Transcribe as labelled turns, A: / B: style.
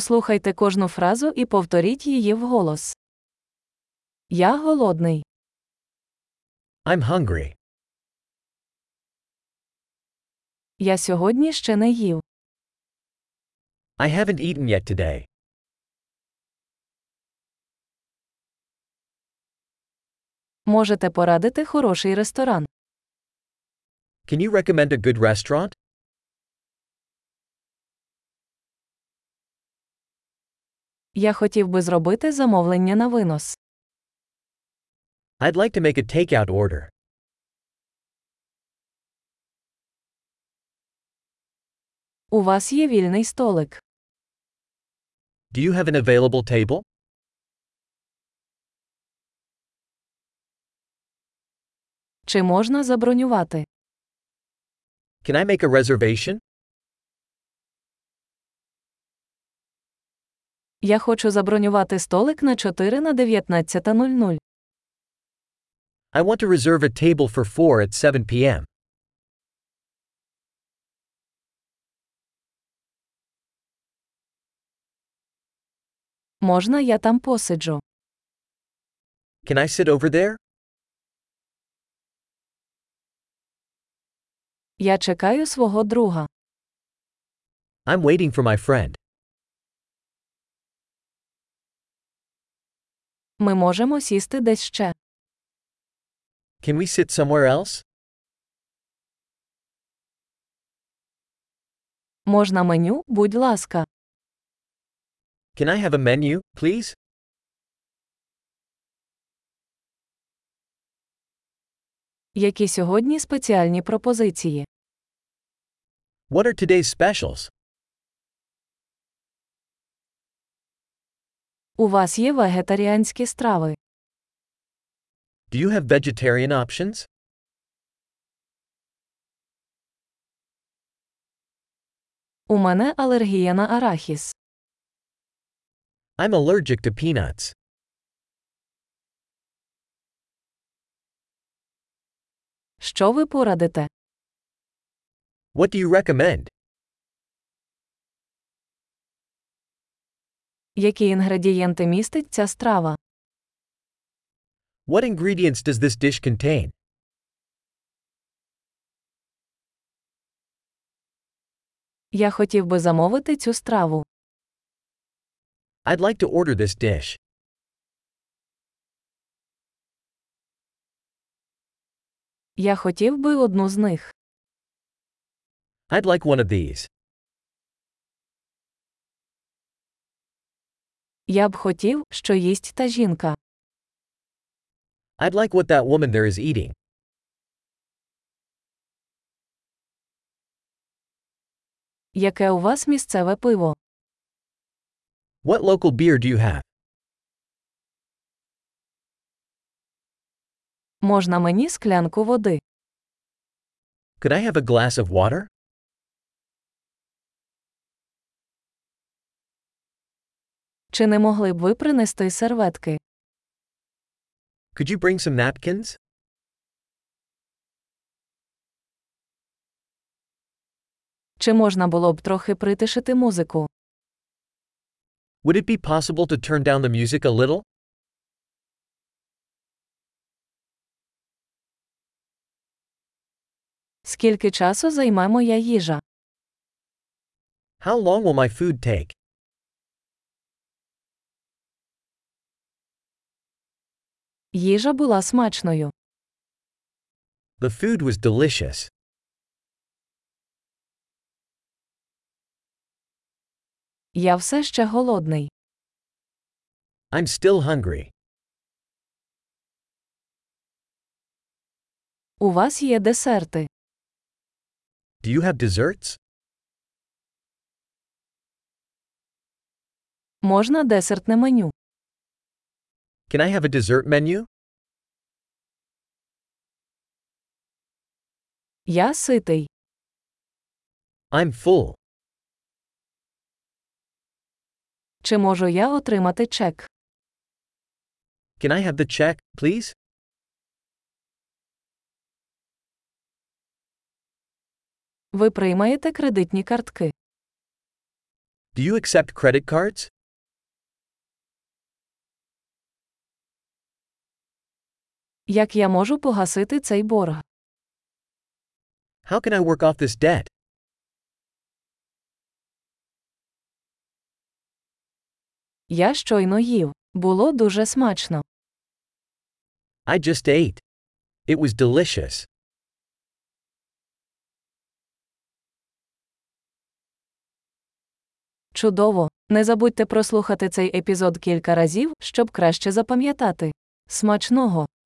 A: Послухайте кожну фразу і повторіть її вголос. Я голодний.
B: I'm hungry.
A: Я сьогодні ще не їв.
B: I haven't eaten yet today.
A: Можете порадити хороший ресторан.
B: Can you recommend a good restaurant?
A: Я хотів би зробити замовлення на винос.
B: I'd like to make a takeout order.
A: У вас є вільний столик.
B: Do you have an available table?
A: Чи можна забронювати?
B: Can I make a reservation?
A: Я хочу забронювати столик на 4 на 19.00.
B: I want to reserve a table for 4 at 7 p.m.
A: Можна я там посиджу?
B: Can I sit over there?
A: Я чекаю свого друга.
B: I'm waiting for my friend.
A: Ми можемо сісти десь ще.
B: Can we sit somewhere else?
A: Можна меню, будь ласка.
B: Can I have a menu, please?
A: Які сьогодні спеціальні пропозиції?
B: What are today's specials?
A: У вас є вегетаріанські страви.
B: Do you have vegetarian options?
A: У мене алергія на арахіс.
B: I'm allergic to peanuts.
A: Що ви порадите?
B: What do you recommend?
A: Які інгредієнти містить ця страва?
B: What ingredients does this dish contain?
A: Я хотів би замовити цю страву.
B: I'd like to order this dish.
A: Я хотів би одну з них.
B: I'd like one of these.
A: Я б хотів, що їсть та жінка.
B: I'd like what that woman there is eating.
A: Яке у вас місцеве пиво?
B: What local beer do you have?
A: Можна мені склянку води?
B: Could I have a glass of water?
A: Чи не могли б ви принести серветки?
B: Could you bring some napkins?
A: Чи можна було б трохи притишити музику?
B: Would it be possible to turn down the music a little?
A: Скільки часу займе моя їжа?
B: How long will my food take?
A: Їжа була смачною.
B: The food was delicious.
A: Я все ще голодний.
B: I'm still hungry.
A: У вас є десерти.
B: Do you have desserts?
A: Можна десертне меню.
B: Can I have a dessert menu?
A: Я ситий.
B: I'm full.
A: Чи можу я отримати чек?
B: Can I have the check, please?
A: Ви приймаєте кредитні картки.
B: Do you accept credit cards?
A: Як я можу погасити цей борг?
B: How can I work off this debt?
A: Я щойно їв. Було дуже смачно.
B: I just ate. It was delicious.
A: Чудово! Не забудьте прослухати цей епізод кілька разів, щоб краще запам'ятати. Смачного!